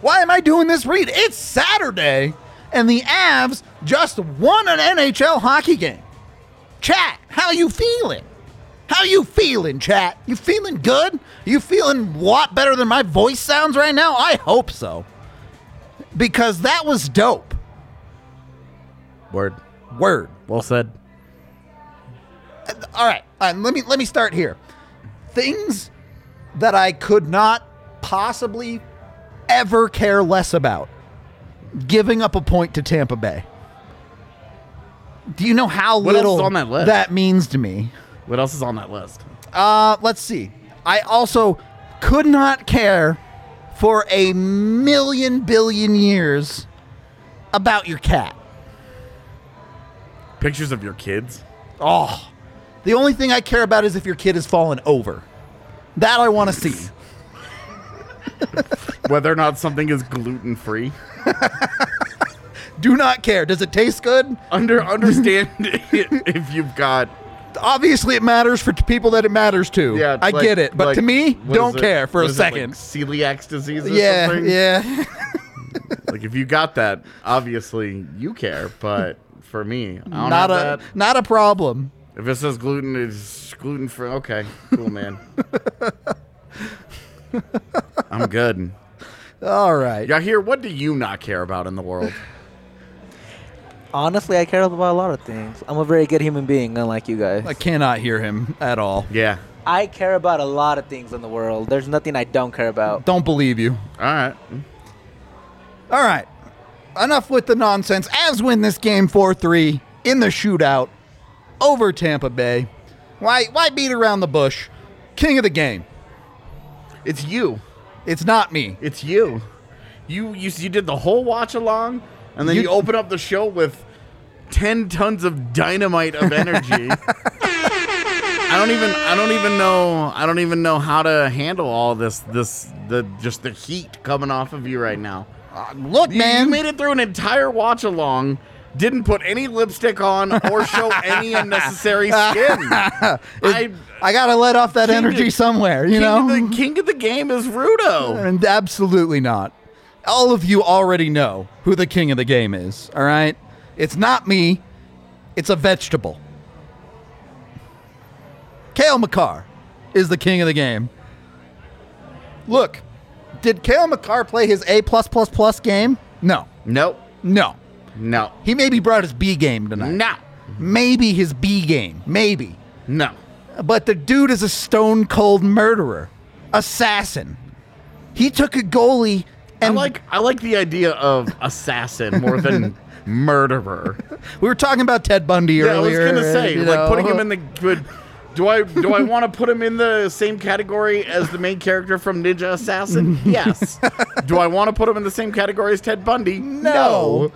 Why am I doing this read? It's Saturday, and the Avs just won an NHL hockey game. Chat, how you feeling? How you feeling, chat? You feeling good? You feeling what better than my voice sounds right now? I hope so. Because that was dope. Word. Word. Well said. All right. All right let me let me start here. Things that I could not possibly ever care less about giving up a point to Tampa Bay. Do you know how What else little is on that list? means to me? What else is on that list? Uh, let's see. I also could not care for a million billion years about your cat. Pictures of your kids. Oh, the only thing I care about is if your kid has fallen over. That I want to see. Whether or not something is gluten free. Do not care. Does it taste good? Under understand it if you've got obviously it matters for t- people that it matters to. yeah. I like- get it, but like, to me, what don't is it- care for what a is it, like, second. celiac disease. Or yeah, something? yeah. Like if you got that, obviously you care. But for me, I don't Not a have that. not a problem. If it says gluten, it's gluten free. Okay, cool, man. I'm good. All right. Y'all here? What do you not care about in the world? Honestly, I care about a lot of things. I'm a very good human being, unlike you guys. I cannot hear him at all. Yeah. I care about a lot of things in the world. There's nothing I don't care about. Don't believe you. All right. All right. Enough with the nonsense. Avs win this game 4-3 in the shootout over Tampa Bay. Why why beat around the bush? King of the game. It's you. It's not me. It's you. You you you did the whole watch along, and then You- you, open up the show with ten tons of dynamite of energy. I don't even I don't even know I don't even know how to handle all this this the just the heat coming off of you right now. Uh, look, You, man. you made it through an entire watch along, didn't put any lipstick on or show any unnecessary skin. I I got to let off that King of- energy somewhere, you king know? of the, king of the game is Rudo. And absolutely not. All of you already know who the king of the game is, all right? It's not me, it's a vegetable. Kale McCarr is the king of the game. Look, did Kale McCarr play his A plus plus plus game? No. Nope. No. No. He maybe brought his B game tonight. No. Maybe his B game. Maybe. No. But the dude is a stone cold murderer, assassin. He took a goalie and I like I like the idea of assassin more than murderer. we were talking about Ted Bundy Yeah, I was earlier. gonna say you like know. putting him in the good. Do I do I want to put him in the same category as the main character from Ninja Assassin? Yes. do I want to put him in the same category as Ted Bundy? No.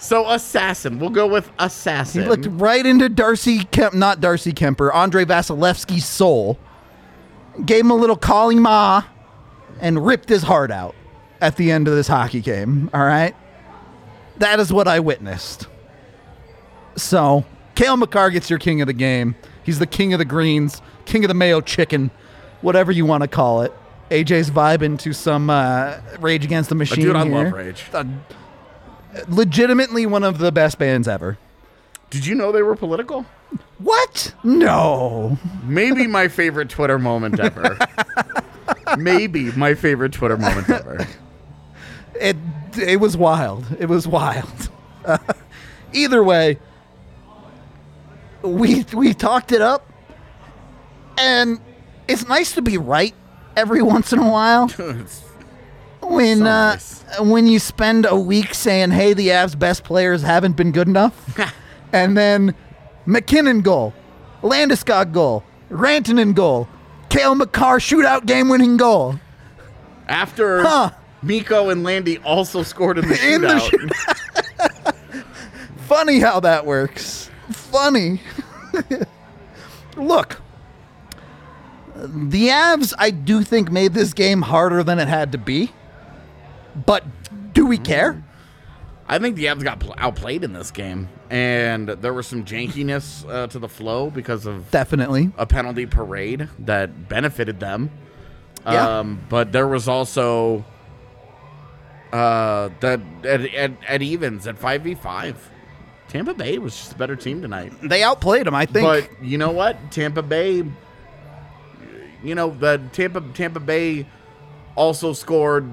So assassin. We'll go with assassin. He looked right into Darcy Kemp, not Darcy Kemper, Andre Vasilevsky's soul. Gave him a little calling ma, and ripped his heart out at the end of this hockey game. All right, that is what I witnessed. So Kale McCarr gets your king of the game. He's the king of the greens, king of the mayo chicken, whatever you want to call it. AJ's vibe into some uh, Rage Against the Machine. Dude, I here. Uh, love Rage. Legitimately one of the best bands ever. Did you know they were political? What? No. Maybe my favorite Twitter moment ever. Maybe my favorite Twitter moment ever. It it was wild. It was wild. either way, we we talked it up, and it's nice to be right every once in a while. when uh, nice. when you spend a week saying, "Hey, the Avs' best players haven't been good enough," and then McKinnon goal, Landeskog goal, Rantanen goal, Kale McCarr shootout game-winning goal. After Huh. Miko and Landy also scored in the shootout. In the Funny how that works. Funny. Look, the Avs, I do think, made this game harder than it had to be. But do we care? I think the Avs got pl- outplayed in this game, and there was some jankiness uh, to the flow because of Definitely. a penalty parade that benefited them. Yeah. Um, but there was also uh, that at, at, at evens at five v five, Tampa Bay was just a better team tonight. They outplayed him, I think. But you know what, Tampa Bay, you know the Tampa Tampa Bay also scored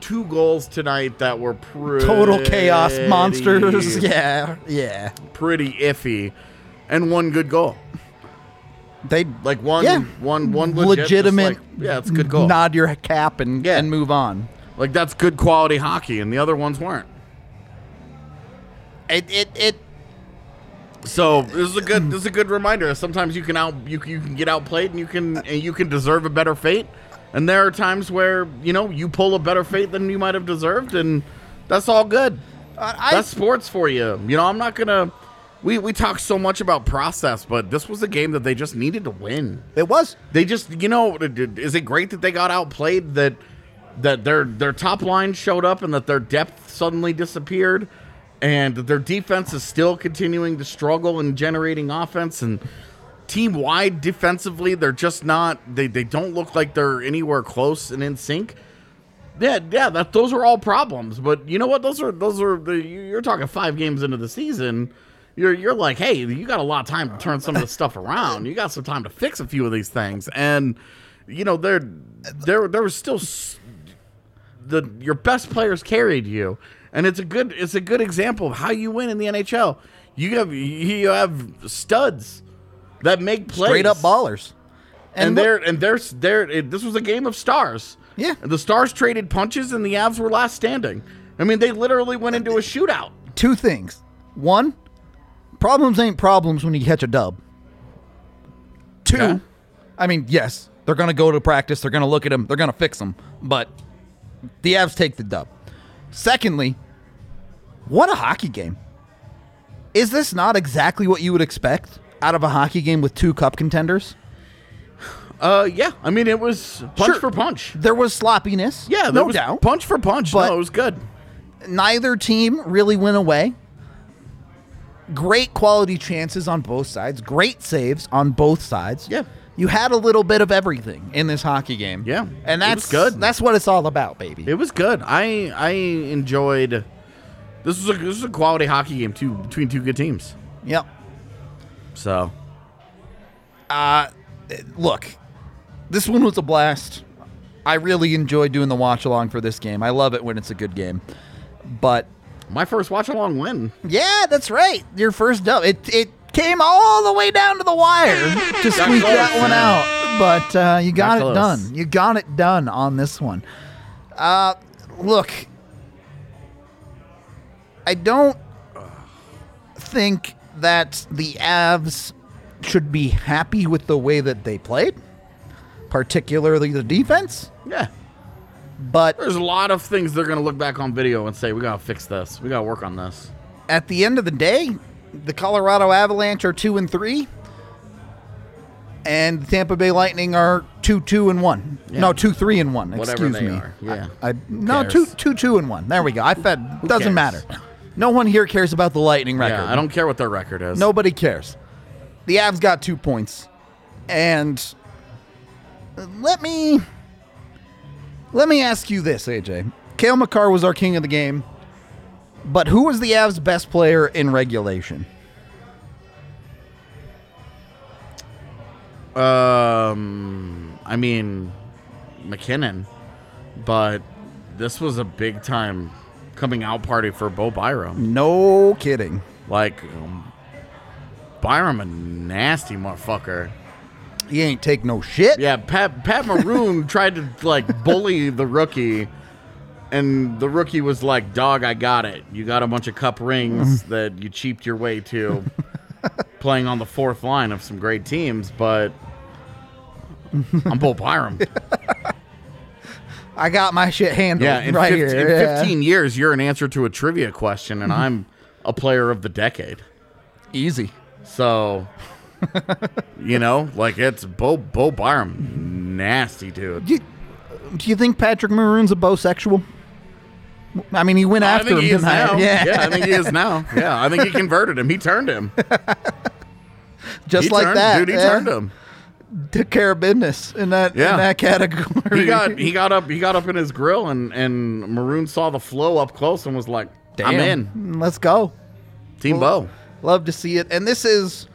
two goals tonight that were pretty Total chaos monsters. Yeah, yeah. pretty iffy, and one good goal. They Like one, Yeah. one, one legit, just legitimate. like, yeah, it's a good goal. Nod your cap and Yeah. and move on. like that's good quality hockey, and the other ones weren't. It it it. So this is a good this is a good reminder. Sometimes you can out you can- you can get outplayed, and you can and you can deserve a better fate. And there are times where you know you pull a better fate than you might have deserved, and that's all good. I, that's sports for you. You know, I'm not gonna. We we talk so much about process, but this was a game that they just needed to win. it was. They just, you know, is it great that they got outplayed? That that their their top line showed up and that their depth suddenly disappeared, and that their defense is still continuing to struggle in generating offense and team wide defensively. They're just not. They they don't look like they're anywhere close and in sync. Yeah, yeah, that those are all problems. But you know what? Those are those are the, you- you're talking five games into the season. You're you're like, hey, you got a lot of time to turn some of this stuff around. You got some time to fix a few of these things, and you know there there there was still s- the your best players carried you, and it's a good it's a good example of how you win in the NHL. You have you have studs that make plays Straight up ballers. and, look- there and there's there it, this was a game of stars Yeah. and the stars traded punches and the avs were last standing i mean they literally went into a shootout two things. One, problems ain't problems when you catch a dub. Two, Yeah. I mean, yes, they're going to go to practice. They're going to look at them. They're going to fix them. But the Avs take the dub. Secondly, what a hockey game. Is this not exactly what you would expect out of a hockey game with two cup contenders? uh yeah i mean it was punch Sure. for punch There was sloppiness. yeah there no was doubt. punch for punch But- no it was good neither team really went away. Great quality chances on both sides, great saves on both sides. Yeah. You had a little bit of everything in this hockey game. Yeah. It And that's was good. That's what it's all about, baby. it was good i i enjoyed this was a this was a quality hockey game too between two good teams yep. so Look, this one was a blast. I really enjoy doing the watch along for this game. I love it when it's a good game. But my first watch along win yeah, that's right. Your first dub. It it came all the way down to the wire to squeak close, that one man. out. But uh, you got Not it close. done. You got it done on this one. Uh, look, I don't think that the Avs should be happy with the way that they played, particularly the defense. yeah But there's a lot of things they're gonna look back on video and say we gotta fix this we gotta work on this at the end of the day, the Colorado Avalanche are two and three, and the Tampa Bay Lightning are two two and one. No, two three and one. Whatever excuse they me. are, yeah. I, I- no cares? two two two and one. There we go. I fed. Doesn't cares? matter. No one here cares about the Lightning record. yeah i don't care what their record is Nobody cares. The Avs got two points, and let me let me ask you this, AJ. Kale McCarr was our king of the game, but who was the Avs' best player in regulation? Um, I mean, McKinnon, but this was a big time coming out party for Bo Byram. No kidding. Like, um, Byram, a nasty motherfucker. He ain't take no shit. Yeah, Pat Pat Maroon tried to like bully the rookie, and the rookie was like, "Dog, I got it. You got a bunch of cup rings that you cheaped your way to, playing on the fourth line of some great teams, but." I'm Bo Byram. I got my shit handled Yeah, in, right 15, here. in yeah. Mm-hmm. 15 years, you're an answer to a trivia question, and I'm a player of the decade. Easy. So, you know, like it's Bo Bo Byram, nasty dude. Do you, do you think Patrick Maroon's a bisexual? I mean, he went I after think him he is tonight. now. Yeah, I think he is now. Yeah, I think he converted him. He turned him. just he like turned, that. dude. He yeah. turned him. Took care of business in that Yeah. in that category. He got he got up he got up in his grill and and Maroon saw the flow up close and was like, I'm in Damn. Let's go. Team Bo. Love to see it. And this is.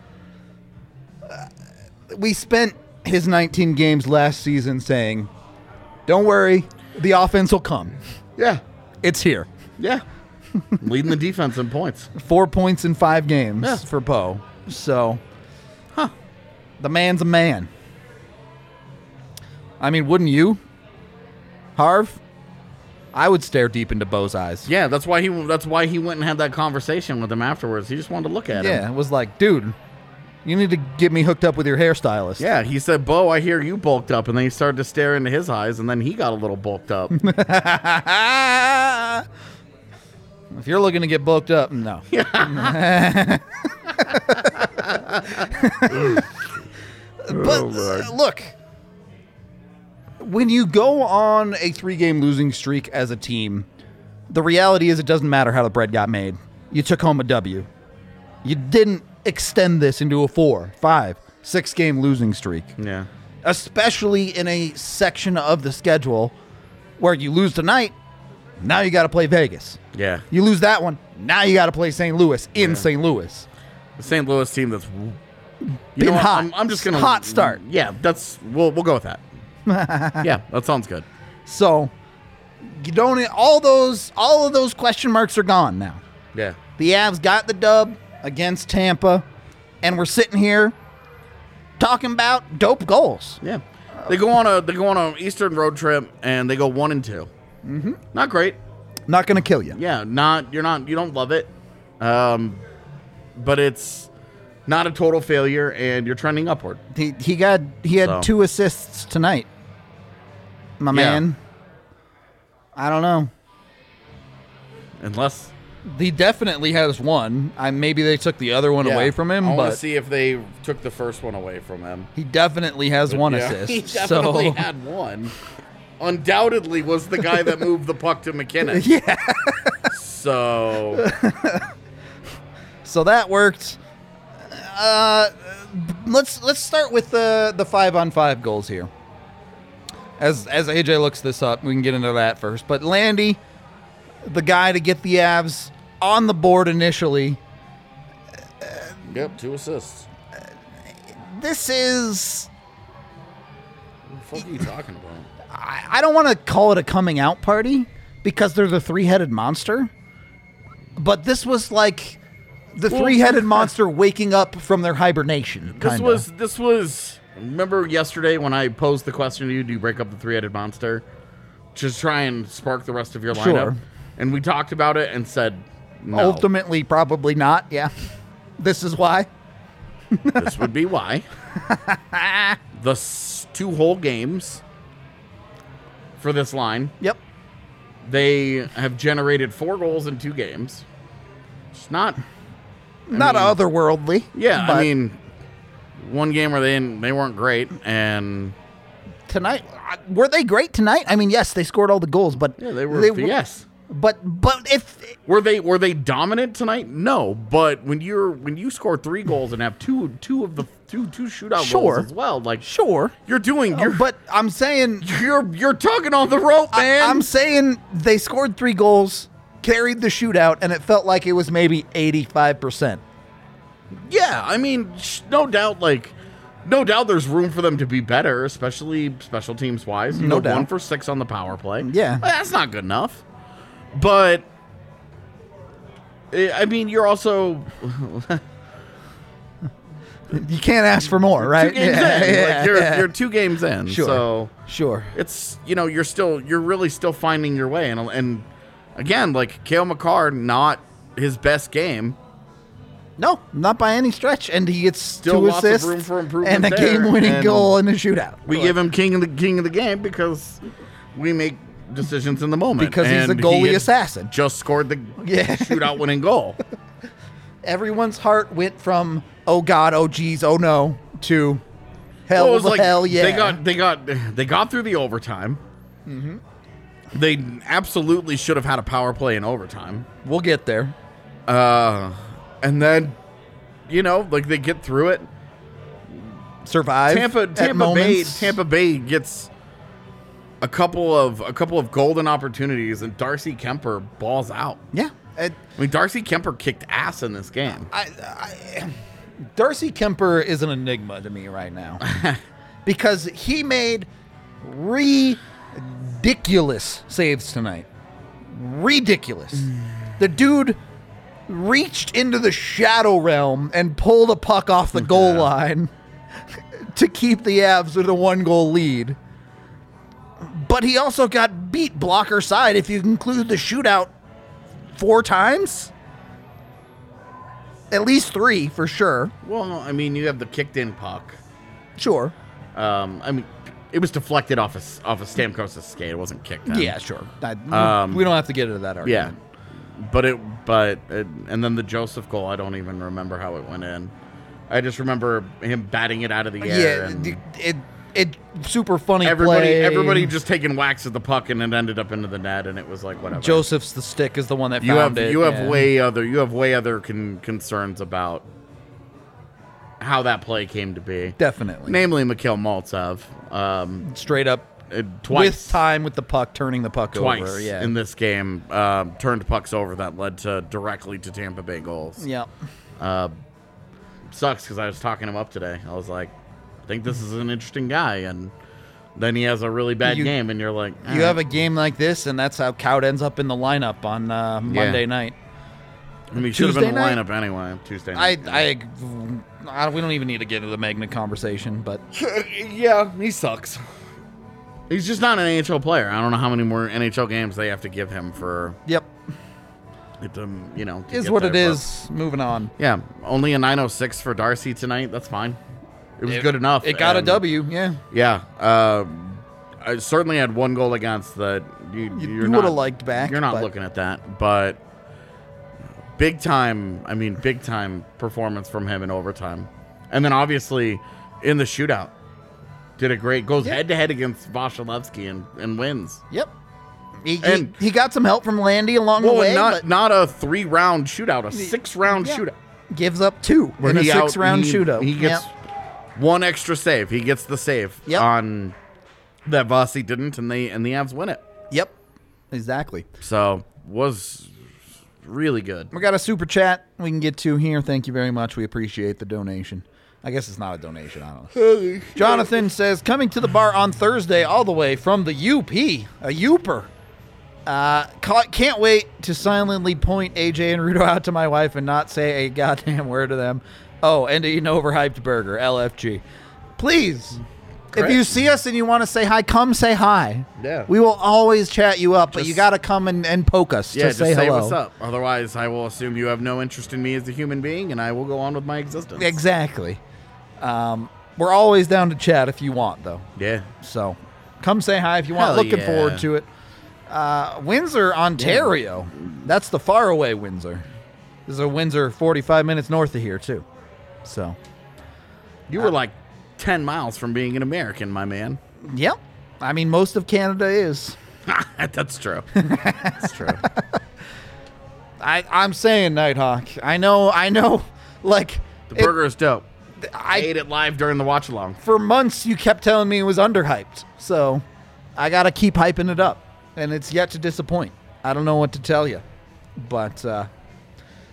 uh, we spent his 19 games last season saying, don't worry, the offense will come. Yeah, It's here. yeah. Leading the defense in points. Four points in five games Yeah. for Poe. So, huh. The man's a man. I mean, wouldn't you? Harv? I would stare deep into Bo's eyes. Yeah, that's why he that's why he went and had that conversation with him afterwards. He just wanted to look at him. Yeah, it was like, dude, you need to get me hooked up with your hairstylist. Yeah, he said, "Bo, I hear you bulked up," and then he started to stare into his eyes, and then he got a little bulked up. if you're looking to get bulked up, no. but Oh, uh, look, when you go on a three game losing streak as a team, the reality is it doesn't matter how the bread got made. You took home a W. You didn't extend this into a four, five, six game losing streak yeah, especially in a section of the schedule where you lose tonight, now you got to play Vegas. yeah. You lose that one, now you got to play St. Louis in St. Louis. The St. Louis team that's you Been what? hot. I'm, I'm just gonna Hot start. Yeah, that's we'll we'll go with that. yeah, that sounds good. So you don't e, all those all of those question marks are gone now. Yeah, The Avs got the dub against Tampa and we're sitting here talking about dope goals. yeah. They go on a they go on an Eastern road trip, and they go one and 2 Mm-hmm. Not great. Not going to kill you. Yeah, not you're not you don't love it, um, but it's not a total failure, and you're trending upward. He, he got he had So. two assists tonight. My man. I don't know. Unless He definitely has one. I maybe they took the other one Yeah. away from him, I wanna but see if they took the first one away from him. he definitely has one Yeah. assist. He definitely so had one. Undoubtedly was the guy that moved the puck to McKinnon. yeah, So so that worked. Uh, let's let's start with the the five on five goals here. As as AJ looks this up, we can get into that first. But Landy, the guy to get the Avs on the board initially. Yep, two assists. This is What the fuck are you talking about? I, I don't want to call it a coming out party because they're the three headed monster, but this was like the three headed monster waking up from their hibernation. This kinda. was this was remember yesterday when I posed the question to you, do you break up the three headed monster? Just try and spark the rest of your lineup. Sure. And we talked about it and said no, ultimately probably not. Yeah, this is why. this would be why. the s- two whole games for this line Yep. They have generated four goals in two games. It's not, not otherworldly. yeah. but I mean, one game where they didn't, they weren't great, and tonight uh, were they great tonight? I mean, yes, they scored all the goals, but yeah, they were. yes, But but if were they were they dominant tonight? No, but when you're when you score three goals and have two two of the two two shootout Sure. goals as well, like sure, you're doing, you're but I'm saying you're you're tugging on the rope, man. I, am saying they scored three goals, carried the shootout, and it felt like it was maybe 85%. Yeah, I mean, sh- no doubt, like no doubt there's room for them to be better, especially special teams wise. You No know, doubt. one for six on the power play. Yeah. Well, that's not good enough. But eh, I I mean, you're also You can't ask for more, two right? games Yeah, in. yeah, like you're, yeah. you're two games in. Sure. So sure. it's you know you're still you're really still finding your way and and again like Kale McCarr not his best game. No, not by any stretch. And he gets Still two lots of assists room for improvement and a there, game-winning and- goal and a shootout. We give him king of the king of the game because we make decisions in the moment Because he's the And goalie had assassin. Just scored the Yeah. shootout winning goal. Everyone's heart went from oh god, oh geez, oh no to hell, Well, it was like hell yeah. Mm-hmm. They got they got they got through the overtime. They absolutely should have had a power play in overtime. we'll get there. Uh, and then, you know, like they get through it. Survive. Tampa at Tampa Bay moments. Tampa Bay gets a couple of a couple of golden opportunities, and Darcy Kemper balls out. Yeah. And I mean, Darcy Kemper kicked ass in this game. I, I, Darcy Kemper is an enigma to me right now because he made ridiculous saves tonight. Ridiculous. The dude reached into the shadow realm and pulled a puck off the goal line to keep the Avs with a one goal lead. But he also got beat blocker side if you include the shootout four times. At least three for sure. Well, I mean, you have the kicked in puck. Sure. Um, I mean, it was deflected off of off of Stamkos' skate. It wasn't kicked. In. Yeah, sure. I- Um, we don't have to get into that Yeah, argument. but it but it, and then the Joseph goal. I don't even remember how it went in. I just remember him batting it out of the air. Yeah. and It, it, it- super funny everybody play. everybody just taking whacks at the puck and it ended up into the net and it was like whatever. Joseph's the stick is the one that you found have it. you have yeah. way other you have way other con- concerns about how that play came to be. definitely Namely, Mikhail Maltsev, um, straight up uh, twice with time with the puck turning the puck twice over. Yeah. in this game um, turned pucks over that led to directly to Tampa Bay goals. yeah. Sucks because I was talking him up today. I was like, I think this is an interesting guy, and then he has a really bad You- game, and you're like, "Eh, You have a game like this, and that's how Cowd ends up in the lineup on uh, Monday night. I mean, he should have been in the Tuesday night? lineup anyway. Tuesday I, night. I, I, we don't even need to get into the Magna conversation, but yeah, he sucks. He's just not an NHL player. I don't know how many more NHL games they have to give him for yep, it to, you know, to is get what there, it but- is. Moving on. Yeah, only a 906 for Darcy tonight. That's fine. It was It- good enough. It got a and- W. Yeah, Yeah. Um, I certainly had one goal against that. You, You- you're you would've not- liked back, You're not but- looking at that, but big time. I mean, big time performance from him in overtime, and then obviously in the shootout, did a great. Goes Yeah. head to head against Vasilevsky and, and wins. Yep. He, he- And- he, got some help from Landy along Well, the way, not but not a three round shootout, a six round yeah. shootout. gives up two where in a he out- six-round he- shootout. He gets Yep. one extra save. He gets the save Yep. on that Vasi didn't, and they and the Avs win it. Yep. Exactly. So was really good. We got a super chat we can get to here. Thank you very much. We appreciate the donation. I guess it's not a donation. I don't know. Jonathan says coming to the bar on Thursday, all the way from the UP, a Uper. Uh, ca- can't wait to silently point AJ and Rudo out to my wife and not say a goddamn word to them. Oh, and to eat an overhyped burger, LFG. Please, if you see us and you want to say hi, come say hi. Yeah. We will always chat you up, but you Just- got to come and, and poke us Yeah, to just say say, hello. what's up. Otherwise, I will assume you have no interest in me as a human being, and I will go on with my existence. Exactly. Um, we're always down to chat if you want, though. Yeah. So come say hi if you want. Hell Looking yeah. forward to it. Uh, Windsor, Ontario. That's the faraway Windsor. This is a Windsor 45 minutes north of here, too. So, You were like 10 miles from being an American, my man. yep. I mean, most of Canada is. That's true. That's true. I, I'm saying Nighthawk. I know, I know, like, The it- burger is dope. I, I ate it live during the watch along. for months you kept telling me it was underhyped. So I got to keep hyping it up. And it's yet to disappoint. I don't know what to tell you. But uh,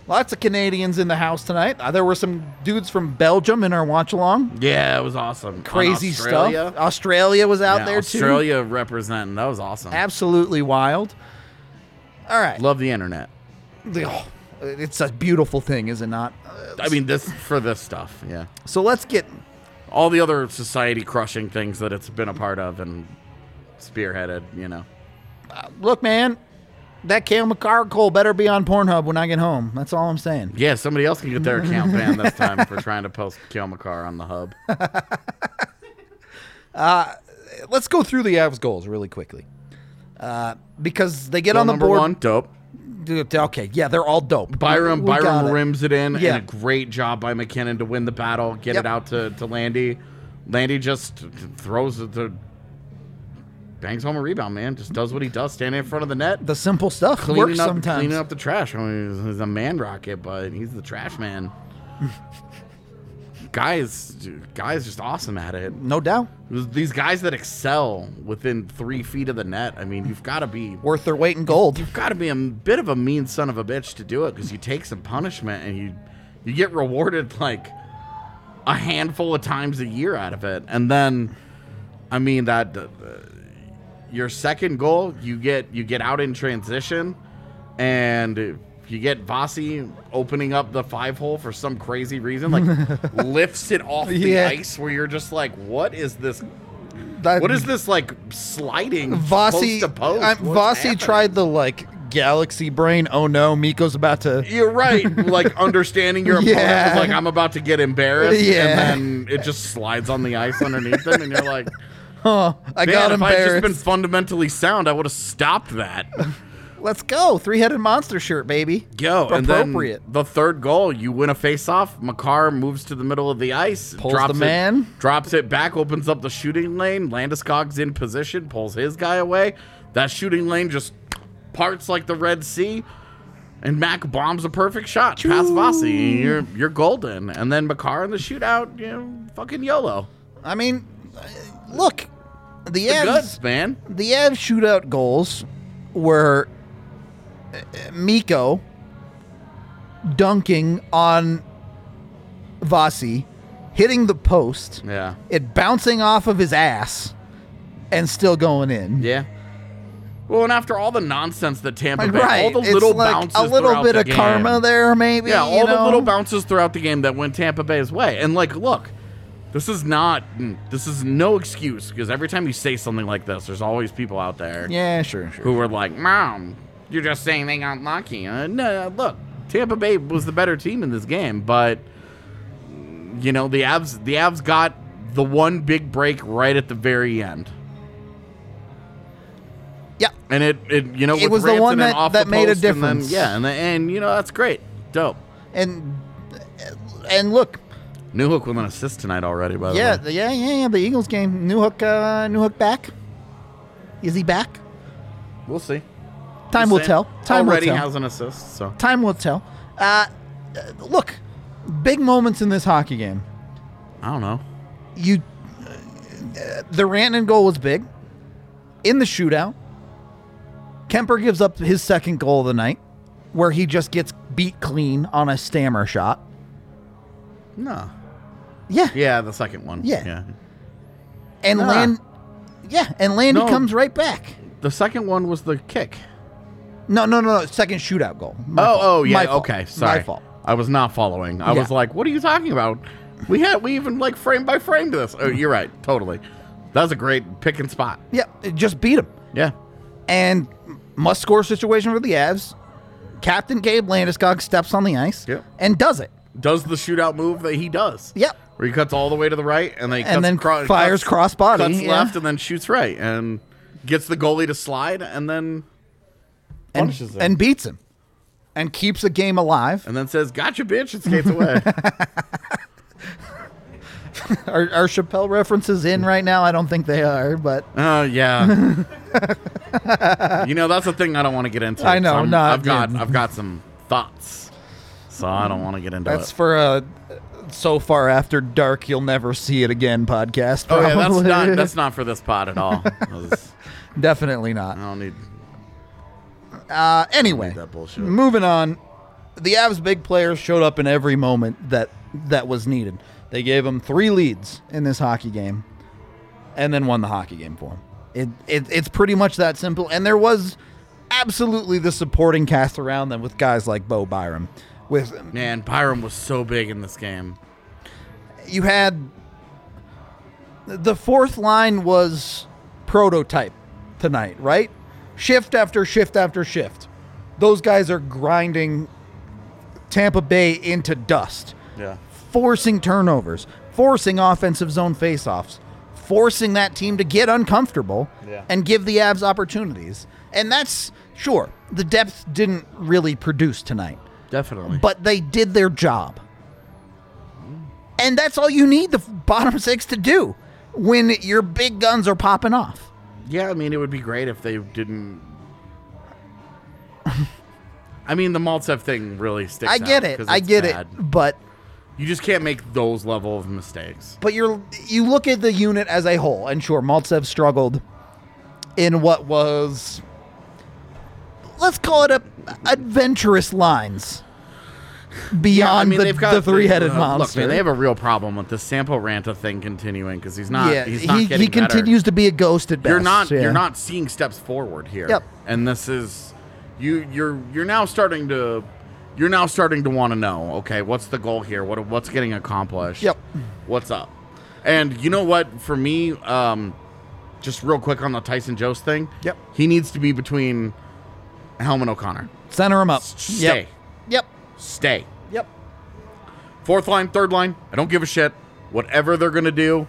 Lots of Canadians in the house tonight. Uh, there were some dudes from Belgium in our watch along. Yeah, it was awesome. On Crazy Australia. stuff. Australia was out Yeah, there too. Australia representing. That was awesome. Absolutely wild. All right. Love the internet. Oh, it's a beautiful thing, is it not? Uh, I mean, this for this stuff. Yeah. So let's get All the other society crushing things that it's been a part of and spearheaded, you know. look, man. That Kale McCarkle better be on Pornhub when I get home. That's all I'm saying. Yeah, somebody else can get their account banned this time for trying to post Kilmacar on the hub. Let's go through the Avs goals really quickly, uh, because they get Goal on the number board. one, dope. Dude, Okay, yeah, they're all dope. Byram We got Byram it. rims it in, Yeah. and a great job by McKinnon to win the battle, get Yep. it out to, to Landy. Landy just th- throws it to bangs home a rebound, man. Just does what he does, standing in front of the net, The simple stuff cleaning works up sometimes. cleaning up the trash. I mean, he's, he's a man rocket, but he's the trash man. guys, guys, just awesome at it. No doubt, These guys that excel within three feet of the net. I mean, you've got to be worth their weight in gold. you've got to be a m- bit of a mean son of a bitch to do it because you take some punishment and you you get rewarded like a handful of times a year out of it and then i mean that uh, your second goal you get you get out in transition and you get Vasi opening up the five hole for some crazy reason like lifts it off the Yeah. ice where you're just like what is this That- what is this like sliding Vasi? post to post? I'm- What's Vasi happening? tried the like galaxy brain. Oh no, Miko's about to. You're right. Like understanding your opponent Yeah. is like I'm about to get embarrassed, Yeah. and then it just slides on the ice underneath them, and you're like, Huh, I "Man, got if I had just embarrassed. been fundamentally sound, I would have stopped that." Let's go, three-headed monster shirt, baby. Yo, and then appropriate. the third goal, you win a face-off. Makar moves to the middle of the ice, Pulls the man. it, drops it back, opens up the shooting lane. Landeskog's in position, pulls his guy away. That shooting lane just parts like the Red Sea, and Mac bombs a perfect shot, past Vasi. and You're you're golden, and then Makar in the shootout, you know, fucking YOLO. I mean, uh, look, the The Avs. Goods, man. The Avs shootout goals were uh, Miko dunking on Vasi, hitting the post, Yeah, it bouncing off of his ass, and still going in. yeah. Well, and after all the nonsense that Tampa Like, Bay, right. all the it's little like bounces, a little throughout bit the of karma game. there, maybe. Yeah, all you the know? little bounces throughout the game that went Tampa Bay's way. And like, look, this is not mm, this is no excuse because every time you say something like this, there's always people out there Yeah, sure, sure. who were like, "Mom, you're just saying they got lucky." Uh, no, look, Tampa Bay was the better team in this game, but you know the Avs the Avs got the one big break right at the very end. Yeah, And it, it you know, It with was the Rantanen one that- off that the made a post and then- difference. yeah, and, the, and you know that's great, dope. and and look, New Hook with an assist tonight already, by the way. yeah, the- yeah, yeah, yeah. The Eagles game, new hook, uh, new hook back. Is he back? We'll see. Time will Sam tell. Time will already tell. has an assist, so Time will tell. Uh, uh, look, big moments in this hockey game. I don't know. You, uh, the Rantanen goal was big. In the shootout, Kemper gives up his second goal of the night, where he just gets beat clean on a stammer shot. No. Yeah, Yeah, the second one. Yeah. yeah. and nah. Land, yeah, and Landy No. comes right back. The second one was the kick. No, no, no, no. Second shootout goal. My oh, fault. oh, yeah. My fault. Okay, sorry. My fault. I was not following. I Yeah. was like, "What are you talking about?" We had we even like frame by frame to this. Oh, you're right. Totally. That was a great pick and spot. Yeah, it just beat him. Yeah. and must score situation for the Avs. Captain Gabe Landeskog steps on the ice Yep. and does it. Does the shootout move that he does? Yep. Where he cuts all the way to the right and then he And cuts then cro- fires cuts- crossbody, cuts yeah. left and then shoots right and gets the goalie to slide and then And, punishes him. and beats him and keeps the game alive. and then says, "Gotcha, bitch!" and skates away. Are, are Chappelle references in right now? I don't think they are, but Oh yeah. you know that's the thing I don't want to get into. I know, I'm- no, I I've got didn't. I've got some thoughts, so I don't want to get into that's it. for a so far after dark you'll never see it again podcast. Oh yeah, that's probably. not that's not for this pod at all. I was- definitely I not. don't need Uh, anyway, that bullshit. moving on. the Avs' big players showed up in every moment that that was needed. They gave him three leads in this hockey game, and then won the hockey game for him. It, it it's pretty much that simple. And there was absolutely the supporting cast around them with guys like Bo Byram, with Man, Byram was so big in this game. you had the fourth line was prototype tonight, right? Shift after shift after shift. Those guys are grinding Tampa Bay into dust, Yeah. forcing turnovers, forcing offensive zone faceoffs, forcing that team to get uncomfortable Yeah. and give the Avs opportunities. And that's sure, the depth didn't really produce tonight Definitely. but they did their job. And that's all you need the f- bottom six to do when your big guns are popping off. Yeah, I mean, it would be great if they didn't. I mean, the Maltsev thing really sticks. I get out it. 'cause I it's get bad. it. But You just can't make those level of mistakes. but you're you look at the unit as a whole, and sure, Maltsev struggled in what was let's call it a adventurous lines Yeah, I beyond mean, the, the three-headed uh, Look, monster. man, they have a real problem with the Sampo Ranta thing continuing because he's not. yeah, he's not he, getting he better. continues to be a ghost at best. You're not. yeah. You're not seeing steps forward here. Yep. And this is you. You're you're now starting to. You're now starting to want to know. Okay, what's the goal here? What what's getting accomplished? Yep. What's up? And you know what? For me, um, just real quick on the Tyson Jost thing. Yep. He needs to be between Helm and O'Connor. center him up. Stay. Yep. Stay. Yep. Fourth line, third line. I don't give a shit. Whatever they're gonna do,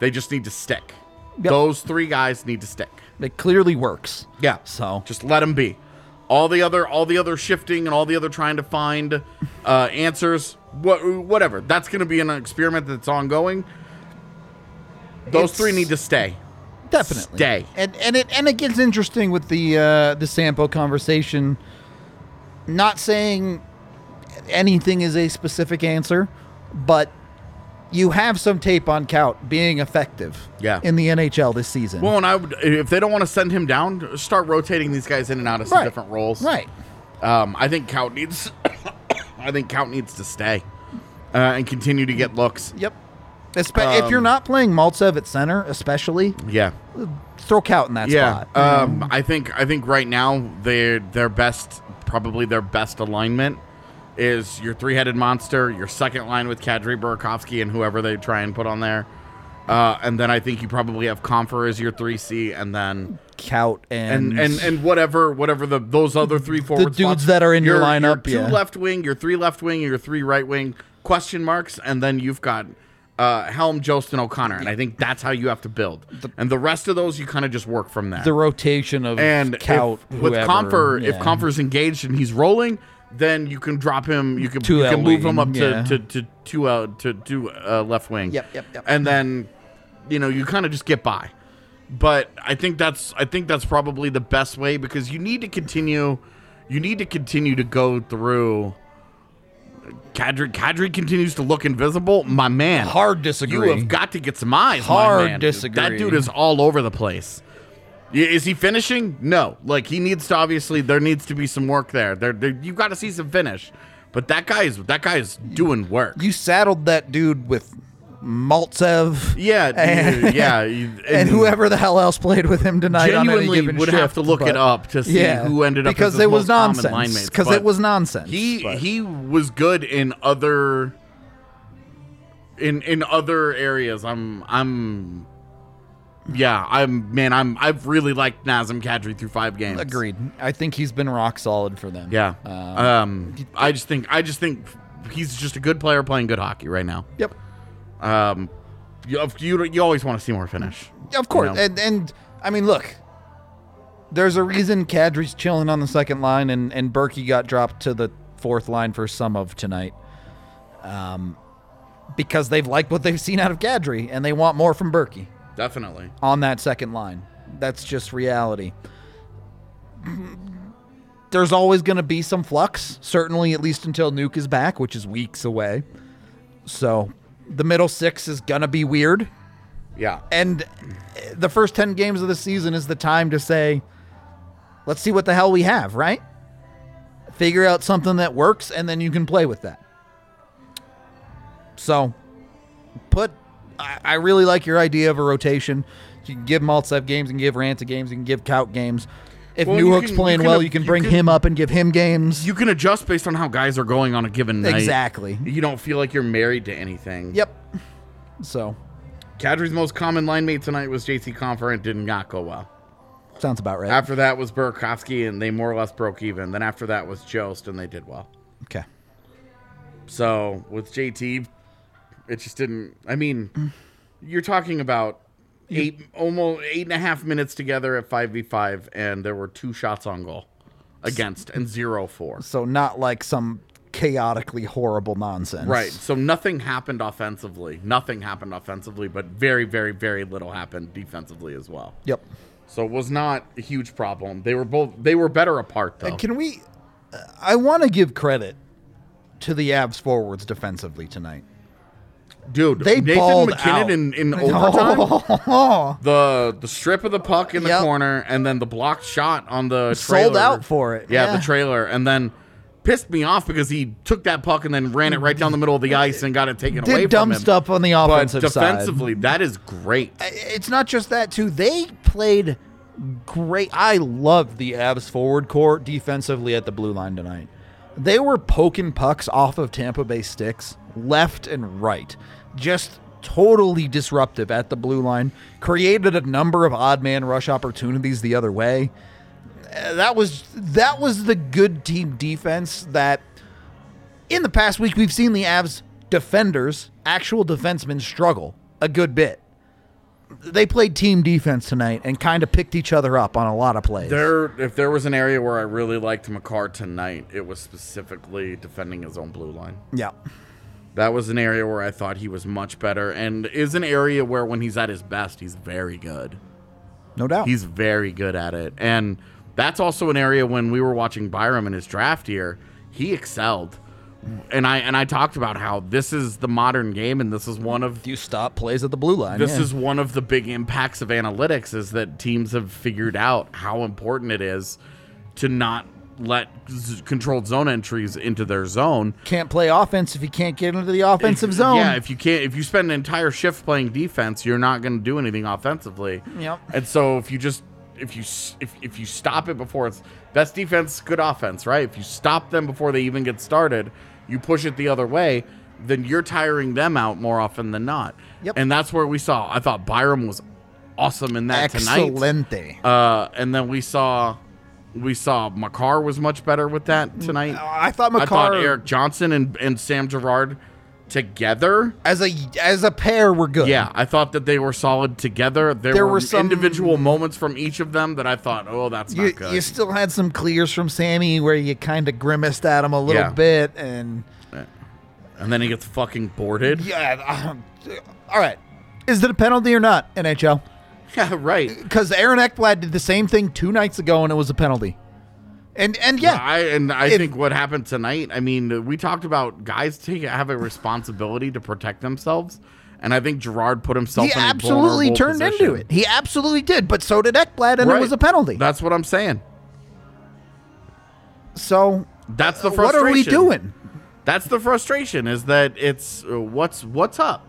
they just need to stick. Yep. Those three guys need to stick. It clearly works. Yeah. So just let them be. All the other, all the other shifting and all the other trying to find uh, answers, what, whatever. That's going to be an experiment that's ongoing. Those It's- three need to stay. definitely Stay. And and it and it gets interesting with the uh, the Sampo conversation. Not saying anything is a specific answer, but you have some tape on Count being effective. Yeah. In the NHL this season. Well, and I would, if they don't want to send him down, start rotating these guys in and out of some Right. different roles. right. Um, I think Count needs, I think Count needs to stay uh, and continue to get looks. Yep. Espe- if Um, you're not playing Maltsev at center, especially Yeah. throw Count in that yeah, spot. um, I think I think right now their their best probably their best alignment is your three headed monster, your second line with Kadri Burakovsky and whoever they try and put on there, uh, and then I think you probably have Comfer as your three C, and then Count and and and and whatever whatever the those other three forward dudes spots, that are in your lineup, your two yeah. left wing, your three left wing, and your three right wing question marks, and then you've got. Uh, Helm, Jost, and O'Connor, and I think that's how you have to build. and the rest of those, you kind of just work from there the rotation of and Count if, with Comfer, if Comfer's engaged and he's rolling, then you can drop him. You can, To you that can move him wing, up yeah. to to to to, uh, to, to uh, left wing. Yep, yep, yep. And then, you know, you kind of just get by. But I think that's I think that's probably the best way because you need to continue. You need to continue to go through. Kadri Kadri continues to look invisible. My man, Hard You disagree. have got to get some eyes. my Hard man. That disagree. dude is all over the place. Y- Is he finishing? No. Like he needs to obviously there needs to be some work there. There, there you got to see some finish. But that guy is that guy is doing work. you saddled that dude with Maltsev yeah, And- yeah. you- and whoever the hell else played with him tonight. on any genuinely given would have shift, to look but- it up to see Yeah, who ended up because as his it was most common nonsense, line mates, 'cause but it was nonsense, He but- he was good in other in in other areas. I'm I'm yeah I'm man I'm I've really liked Nazem Kadri through five games. Agreed. I think he's been rock solid for them. Yeah. Uh, Um, I just think I just think he's just a good player playing good hockey right now. yep. Um, you of- you, you always want to see more finish. Of course. know. And and I mean, look, there's a reason Kadri's chilling on the second line, and and Berkey got dropped to the fourth line for some of tonight. Um, because they've liked what they've seen out of Kadri, and they want more from Berkey. Definitely. on that second line. That's just reality. There's always going to be some flux, certainly at least until Nuke is back, which is weeks away. So the middle six is going to be weird. Yeah. And the first 10 games of the season is the time to say, let's see what the hell we have, right? figure out something that works, and then you can play with that. So, put. I, I really like your idea of a rotation. You can give Maltsev games and give Ranta games and give Kaut games. If Well, New you Hook's can- playing you can- well, you can you bring can- him up and give him games. You can adjust based on how guys are going on a given night. Exactly. You don't feel like you're married to anything. yep. So, Kadri's most common line mate tonight was JC Confer and did not go well. sounds about right. After that was Burakovsky and they more or less broke even. Then after that was Jost and they did well. okay. So with JT, it just didn't. I mean, you're talking about eight, almost eight and a half minutes together at five v five, and there were two shots on goal against and zero for. So, not like some chaotically horrible nonsense. Right. So nothing happened offensively. Nothing happened offensively, but very, very, very little happened defensively as well. Yep. So it was not a huge problem. They were both. They were better apart though. And can we? uh, I want to give credit to the Avs forwards defensively tonight. Dude, They Nathan balled McKinnon out. Oh. in in overtime. the the strip of the puck in the Yep. corner and then the blocked shot on the trailer. Sold out for it, Yeah, yeah. the trailer and then pissed me off because he took that puck and then ran it right down the middle of the ice and got it taken away Did from dumb him. stuff on the but offensive side. defensively, that is great. It's not just that too. They played great. I loved the Avs forward court defensively at the blue line tonight. They were poking pucks off of Tampa Bay sticks left and right. Just totally disruptive at the blue line. Created a number of odd man rush opportunities the other way. Uh, That was that was the good team defense that in the past week we've seen the Avs defenders, actual defensemen struggle a good bit they played team defense tonight and kind of picked each other up on a lot of plays. There, if there was an area where I really liked McCarr tonight, it was specifically defending his own blue line. yeah. That was an area where I thought he was much better, and is an area where when he's at his best, he's very good. No doubt. He's very good at it. And that's also an area when we were watching Byram in his draft year, he excelled. And I and I talked about how this is the modern game and this is one of you stop plays at the blue line. this is one of the big impacts of analytics is that teams have figured out how important it is to not let z- controlled zone entries into their zone. can't play offense if you can't get into the offensive zone. Yeah, if you can't, if you spend an entire shift playing defense, you're not going to do anything offensively. Yep. And so if you just if you s- if if you stop it before it's best defense, good offense, right? If you stop them before they even get started, you push it the other way, then you're tiring them out more often than not. Yep. And that's where we saw. I thought Byram was awesome in that tonight. Excelente. Uh, and then we saw. We saw Makar was much better with that tonight. I thought I thought Makar- Eric Johnson and, and Sam Gerard together As a as a pair, we're good. yeah, I thought that they were solid together. There, There were, were some- individual moments from each of them that I thought, oh, that's You, not good. you still had some clears from Sammy where you kind of grimaced at him a little Yeah. bit, and and then he gets fucking boarded. Yeah, yeah. um, all right, is it a penalty or not, NHL? right. Because Aaron Ekblad did the same thing two nights ago, and it was a penalty. And and yeah, I and I If- think what happened tonight. I mean, we talked about guys take have a responsibility to protect themselves, and I think Gerard put himself. he in a absolutely vulnerable turned into position. it. He absolutely did, but so did Ekblad, and Right. it was a penalty. That's what I'm saying. so That's the Uh, what frustration. are we doing? That's the frustration is that it's uh, what's what's up.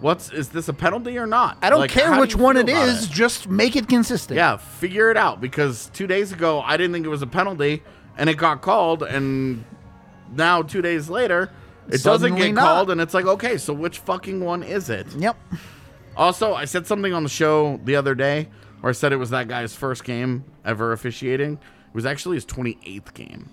What's is this a penalty or not? I don't Like, how care do which you one feel it about is. Just make it consistent. Yeah, figure it out because two days ago I didn't think it was a penalty and it got called, and now two days later it doesn't Suddenly get not. called, and it's like, okay, so which fucking one is it? Yep. Also, I said something on the show the other day where I said it was that guy's first game ever officiating. It was actually his 28th game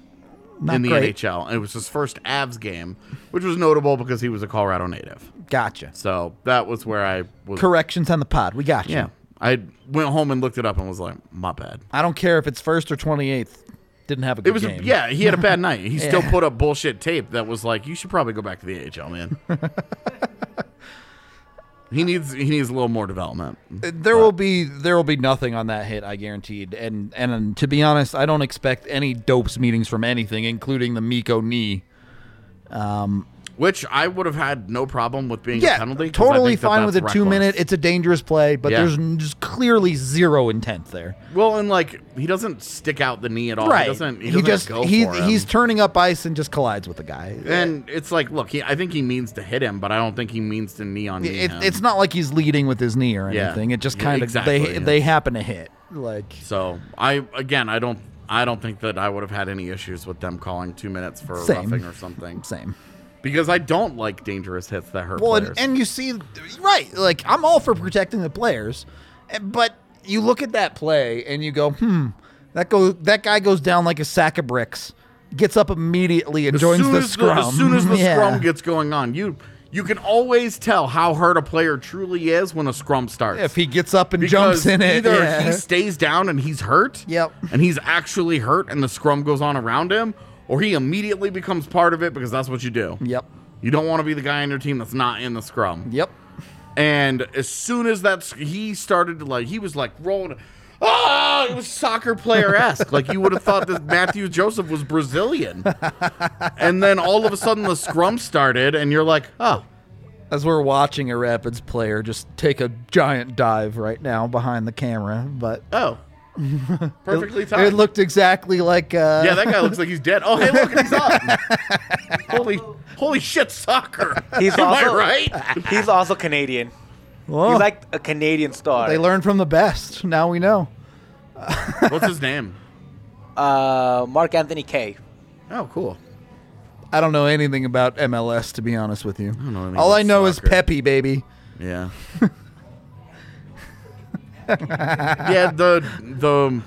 Not in the great. NHL, and it was his first Avs game, which was notable because he was a Colorado native. Gotcha. So that was where I was. Corrections on the pod. We got you. Yeah. I went home and looked it up and was like, my bad. I don't care if it's first or twenty eighth. Didn't have a good It was game. yeah. He had a bad night. He still put up bullshit tape that was like, you should probably go back to the AHL, man. he needs he needs a little more development. There will be there will be nothing on that hit, I guaranteed. And and to be honest, I don't expect any dopes meetings from anything, including the Miko knee. Which I would have had no problem with being yeah, a penalty. 'cause I totally think that fine with a that's two reckless. minute. It's a dangerous play, but Yeah. there's n- just clearly zero intent there. Well, and like he doesn't stick out the knee at all. He doesn't. He, doesn't just go he for him. he's turning up ice and just collides with the guy. and it's like, look, he, I think he means to hit him, but I don't think he means to knee on knee. it, him. it's not like he's leading with his knee or Yeah. anything. It just Yeah, kind of they exactly, yeah. they happen to hit. Like So I again, I don't, I don't think that I would have had any issues with them calling two minutes for Same. roughing or something same. because I don't like dangerous hits that hurt Well, and, players. and you see, right? Like I'm all for protecting the players, eh, but you look at that play and you go, hmm, that go that guy goes down like a sack of bricks, gets up immediately and as joins soon the as scrum. The, as soon as the Yeah. scrum gets going on, you you can always tell how hurt a player truly is when a scrum starts. if he gets up and Because jumps in it, Either yeah. he stays down and he's hurt. Yep. And he's actually hurt and the scrum goes on around him, or he immediately becomes part of it because that's what you do. Yep. You don't want to be the guy on your team that's not in the scrum. Yep. And as soon as that's he started to like he was like rolling Oh, it was soccer player esque. Like you would have thought that Matthew Joseph was Brazilian. And then all of a sudden the scrum started and you're like, oh, As we're watching a Rapids player just take a giant dive right now behind the camera, but oh. Perfectly timed. it looked exactly like uh, Yeah, that guy looks like he's dead. Oh, hey, look, he's up. holy, holy shit, soccer. He's Am I also- right? He's also Canadian. Whoa. He's like a Canadian star. they learned from the best. Now we know. What's his name? uh, Mark Anthony K. Oh, cool. I don't know anything about MLS to be honest with you. know anything All about I know is soccer. Pepe, baby. Yeah. yeah, the the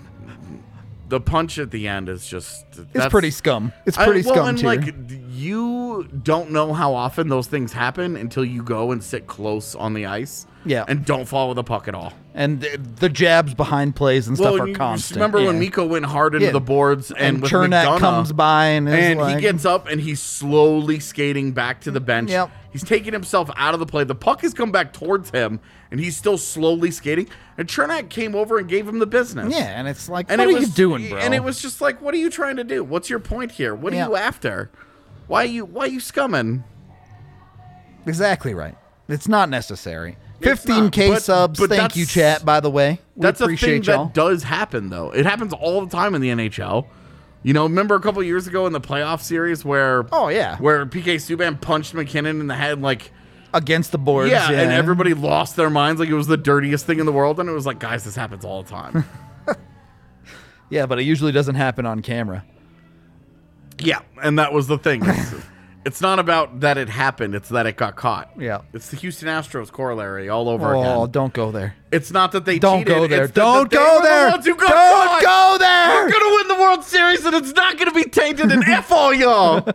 the punch at the end is just it's It's pretty scum. It's pretty well, scum and tier. like d- you don't know how often those things happen until you go and sit close on the ice. Yeah. And don't follow the puck at all. and th- the jabs behind plays and stuff and are you- you constant. Remember when Yeah. Miko went hard into Yeah. the boards and, and with Chernak McDonough- comes by and is and like- he gets up and he's slowly skating back to the bench. Yep. He's taking himself out of the play. The puck has come back towards him and he's still slowly skating. And Chernak came over and gave him the business. Yeah, and it's like And what it are was, you doing, bro? And it was just like, what are you trying to do? What's your point here? What Yeah. are you after? Why are you why are you scumming? exactly right. It's not necessary. It's 15k not, but- subs. but thank you, that's- chat. By the way, we That's a thing appreciate y'all. that does happen, though. It happens all the time in the NHL. You know, remember a couple years ago in the playoff series where Oh, yeah. where PK Subban punched McKinnon in the head like against the boards. yeah, and everybody lost their minds like it was the dirtiest thing in the world, and it was like, guys, this happens all the time. Yeah, but it usually doesn't happen on camera. yeah, and that was the thing. It's, it's not about that it happened; it's that it got caught. Yeah. it's the Houston Astros corollary all over Oh, again. don't go there. It's not that they Don't cheated, go there. it's that Don't they go were the there. ones who got Don't caught. go there. We're gonna win the World Series, and it's not gonna be tainted. And f all y'all.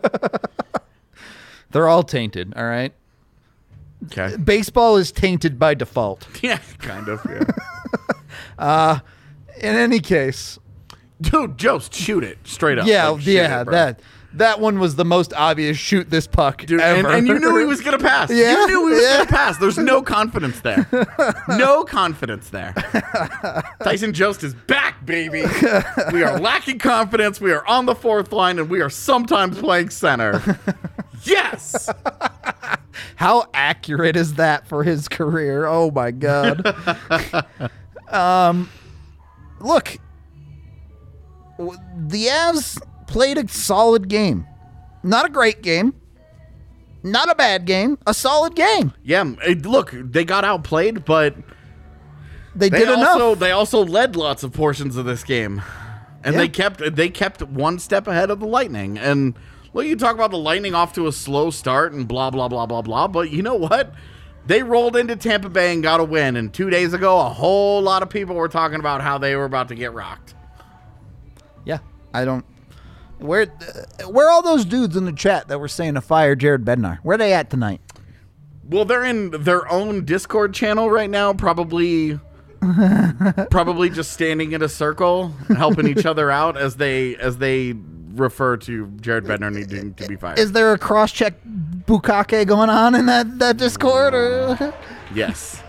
They're all tainted. All right. Okay. Baseball is tainted by default. Yeah, kind of. Yeah. In any case, Dude, Jost, shoot it straight up. yeah, Like, shoot yeah, it, bro. that that one was the most obvious shoot this puck Dude, and, ever. and you knew he was gonna pass. Yeah, You knew he was yeah. gonna pass. There's no confidence there. No confidence there. Tyson Jost is back, baby. We are lacking confidence. We are on the fourth line, and we are sometimes playing center. Yes. How accurate is that for his career? Oh my god. um, look, w- the Avs played a solid game, not a great game, not a bad game, a solid game. Yeah. it- look, they got outplayed, but They, they did also enough. they also led lots of portions of this game, and Yeah. they kept they kept one step ahead of the Lightning. And well, you talk about the Lightning off to a slow start and blah blah blah blah blah. But you know what? They rolled into Tampa Bay and got a win. And two days ago, a whole lot of people were talking about how they were about to get rocked. Yeah, I don't. Where, uh, where are all those dudes in the chat that were saying to fire Jared Bednar? Where they at tonight? Well, they're in their own Discord channel right now, probably probably just standing in a circle, helping each other out as they as they refer to Jared Bednar needing to be fired. Is there a cross check bukake going on in that, that Discord? Or? yes.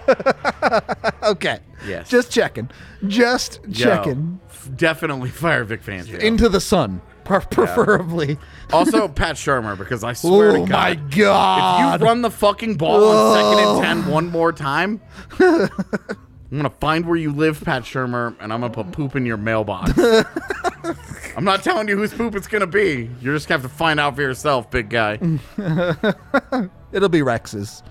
okay. Yes. Just checking. Just Yo, checking. f- definitely fire Vic Fangio. Into the sun. pre- preferably. Also, Pat Shermer, because I swear oh to my God, god! if you run the fucking ball on second and ten one more time, I'm gonna find where you live, Pat Shermer, and I'm gonna put poop in your mailbox. I'm not telling you whose poop it's gonna be. You're just gonna have to find out for yourself, big guy. It'll be Rex's.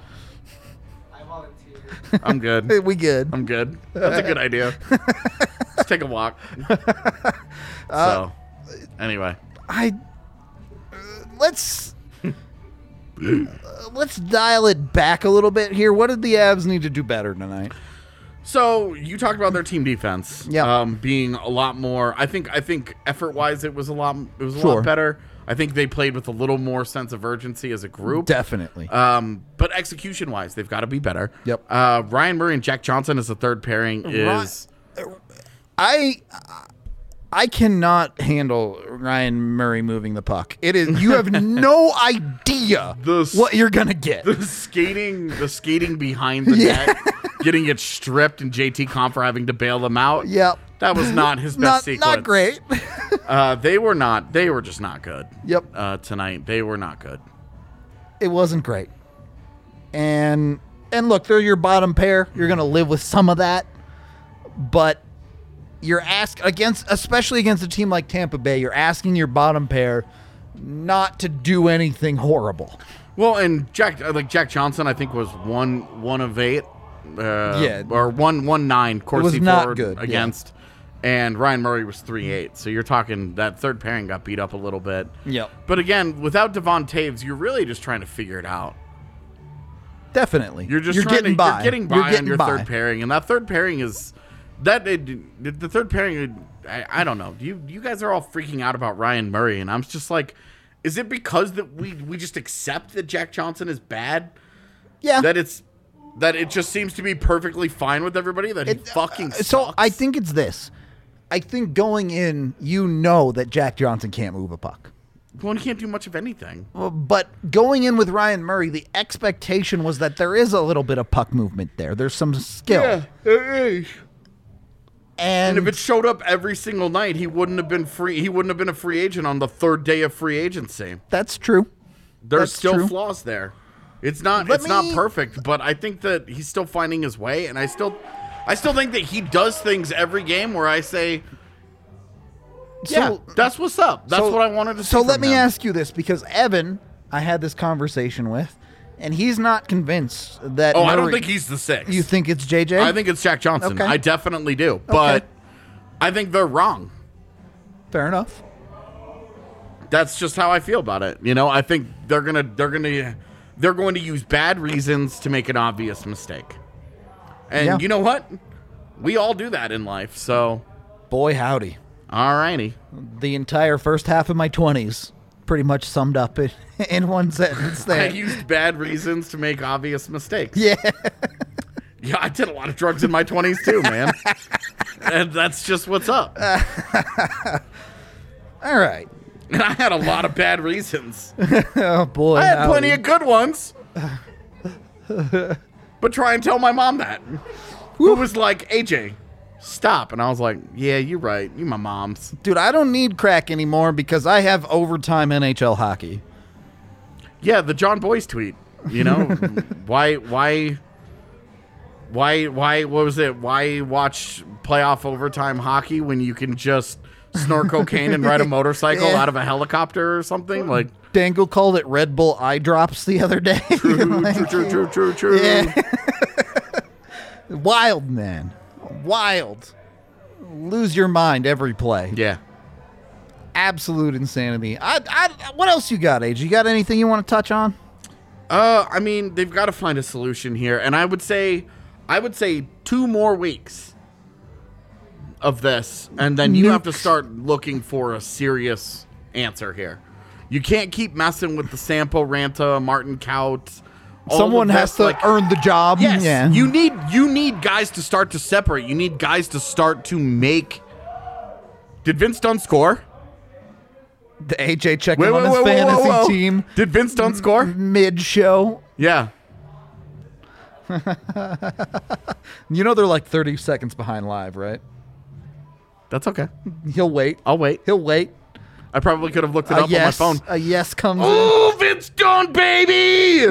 I'm good. Hey, We good. I'm good. That's a good idea. Let's take a walk. Uh, so, anyway, I uh, let's uh, let's dial it back a little bit here. What did the Avs need to do better tonight? so you talked about their team defense, Yeah. um, being a lot more. I think I think effort wise, it was a lot. It was a Sure. lot better. I think they played with a little more sense of urgency as a group. Definitely. Um, but execution wise, they've got to be better. Yep. Uh, Ryan Murray and Jack Johnson as the third pairing is I I cannot handle Ryan Murray moving the puck. It is you have no idea The s- what you're gonna get. the skating. The skating behind the net, getting it stripped, and JT Comfer having to bail them out. Yep. That was not his best Not sequence. not great. Uh, they were not. They were just not good. Yep. Uh, tonight they were not good. it wasn't great. And and look, they're your bottom pair. You're gonna live with some of that, but you're asked against, especially against a team like Tampa Bay, you're asking your bottom pair not to do anything horrible. Well, and Jack, uh, like Jack Johnson, I think was one one of eight. Uh, Yeah. or one one nine. Corsi was not forward good, yeah. against, and Ryan Murray was three eight. So you're talking that third pairing got beat up a little bit. Yep. But again, without Devon Taves, you're really just trying to figure it out. Definitely, You're just you're trying getting to, by. You're getting by on your third pairing, and that third pairing is that it, the third pairing. I, I don't know. You you guys are all freaking out about Ryan Murray, and I'm just like, is it because that we we just accept that Jack Johnson is bad? Yeah, That it's that it just seems to be perfectly fine with everybody. That he fucking sucks. uh, So I think it's this. I think going in, you know that Jack Johnson can't move a puck. one can't do much of anything. But going in with Ryan Murray, the expectation was that there is a little bit of puck movement there. There's some skill. And, And if it showed up every single night, he wouldn't have been free. He wouldn't have been a free agent on the third day of free agency. that's true. There's That's still true. flaws there. It's not Let it's not me- perfect, but I think that he's still finding his way and I still I still think that he does things every game where I say, yeah, So- that's what's up. That's so- what I wanted to see. So let from me him." ask you this because Evan, I had this conversation with, and he's not convinced that. Oh, I don't Murray- think he's the six. You think it's JJ? I think it's Jack Johnson. Okay. I definitely do. But Okay. I think they're wrong. fair enough. That's just how I feel about it. You know, I think they're gonna they're gonna they're going to use bad reasons to make an obvious mistake. And Yeah. you know what? We all do that in life, so Boy, howdy. alrighty. The entire first half of my 20s pretty much summed up in, in one sentence I there. used bad reasons to make obvious mistakes. Yeah. Yeah, I did a lot of drugs in my 20s too, man. and that's just what's up. All right. And I had a lot of bad reasons. Oh, boy. I had howdy. plenty of good ones. But try and tell my mom that. Who was like, AJ, stop. And I was like, yeah, you're right. You my mom's. Dude, I don't need crack anymore because I have overtime NHL hockey. Yeah, the John Boyce tweet. You know, why, why, why, why? What was it? Why watch playoff overtime hockey when you can just snort cocaine and ride a motorcycle Yeah. out of a helicopter or something? Like, Dangle called it Red Bull eye drops the other day. true, true, true, true, true, true. Oh Yeah. Wild, man. Wild. Lose your mind every play. Yeah. Absolute insanity. I, I, what else you got, Age? You got anything you want to touch on? Uh, I mean, they've got to find a solution here, and I would say, I would say two more weeks of this, and then you have to start looking for a serious answer here. You can't keep messing with the Sampo Ranta, Martin Kaut. all Someone of has this, to like- earn the job. Yes, Yeah. you need you need guys to start to separate. You need guys to start to make. Did Vince Dunn score? the AJ checking on his fantasy team Mm-hmm. Did Vince Dunn score? mid show. Yeah. You know they're like 30 seconds behind live, right? That's okay. He'll wait. I'll wait. He'll wait. I probably could have looked it a up Uh, yes, on my phone. a yes comes in. Oh, Vince Gone, baby!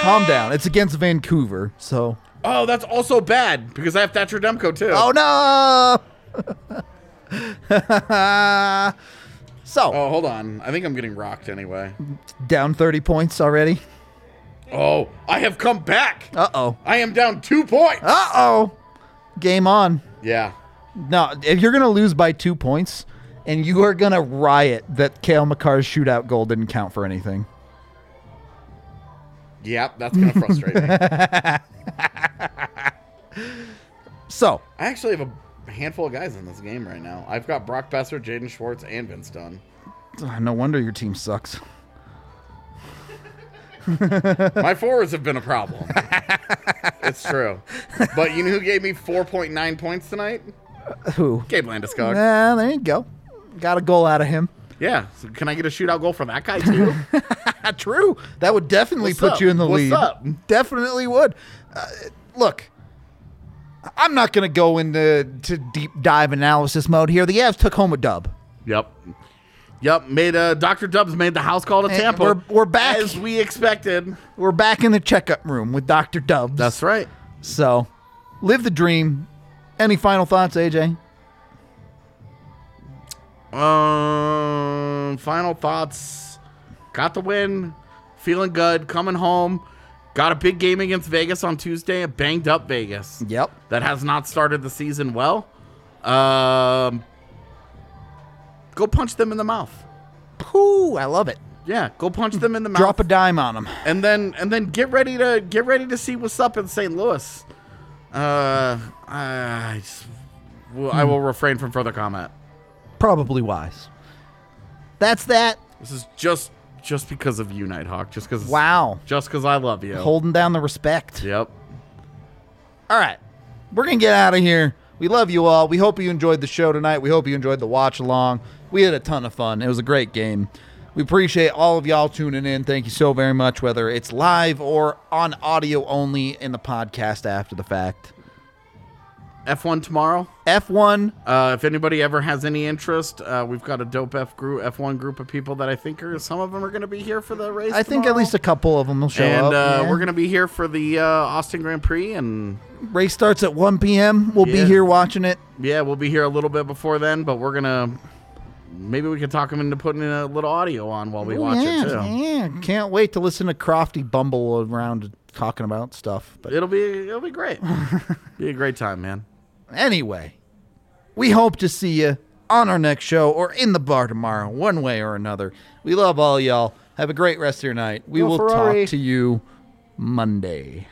Calm down. It's against Vancouver, so. oh, that's also bad because I have Thatcher Demko too. Oh no! so Oh, hold on. I think I'm getting rocked anyway. down thirty points already. Oh, I have come back. Uh oh. I am down two points. Uh oh. Game on. yeah. No, if you're gonna lose by two points, and you are gonna riot that Kale McCarr's shootout goal didn't count for anything. Yep, that's gonna frustrate me. I So actually have a handful of guys in this game right now. I've got Brock Besser, Jaden Schwartz, and Vince Dunn. ugh, no wonder your team sucks. My forwards have been a problem. it's true. But you know who gave me 4.9 points tonight? Who? Gabe Landeskog. Ah, there you go. Got a goal out of him. Yeah. So can I get a shootout goal for that guy too? True. That would definitely What's put up? you in the What's lead. up? Definitely would. Uh, look, I'm not going to go into to deep dive analysis mode here. The Avs took home a dub. yep. Yep. Made uh, Dr. Dubs made the house call to And Tampa. we're- we're back. as we expected. We're back in the checkup room with Dr. Dubs. right. so, live the dream. Any final thoughts, AJ? Um, final thoughts. Got the win. Feeling good. Coming home. Got a big game against Vegas on Tuesday. A banged up Vegas. Yep. That has not started the season well. Um, go punch them in the mouth. Pooh, I love it. Yeah, go punch them in the mouth. Drop a dime on them. and then and then get ready to get ready to see what's up in St. Louis. Uh, I just, well, Hmm. I will refrain from further comment. Probably wise. That's that. This is just just because of you, Nighthawk. Just because. Wow. Just because I love you. Holding down the respect. yep. All right. We're going to get out of here. We love you all. We hope you enjoyed the show tonight. We hope you enjoyed the watch along. We had a ton of fun. It was a great game. We appreciate all of y'all tuning in. Thank you so very much, whether it's live or on audio only in the podcast after the fact. F1 tomorrow. F1, Uh, if anybody ever has any interest, uh, we've got a dope F group, F1 group of people that I think are some of them are going to be here for the race. I think at tomorrow. least a couple of them will show and up. uh, yeah. we're going to be here for the uh, Austin Grand Prix, and Race starts at 1 p.m. We'll Yeah. be here watching it. yeah, we'll be here a little bit before then. But we're gonna maybe we can talk them into putting a little audio on while we Ooh, watch yeah, it too. yeah. Can't wait to listen to Crofty bumble around talking about stuff. But It'll be it'll be great. be a great time, man. Anyway, we hope to see you on our next show or in the bar tomorrow, one way or another. We love all y'all. Have a great rest of your night. We Go will Ferrari. talk to you Monday.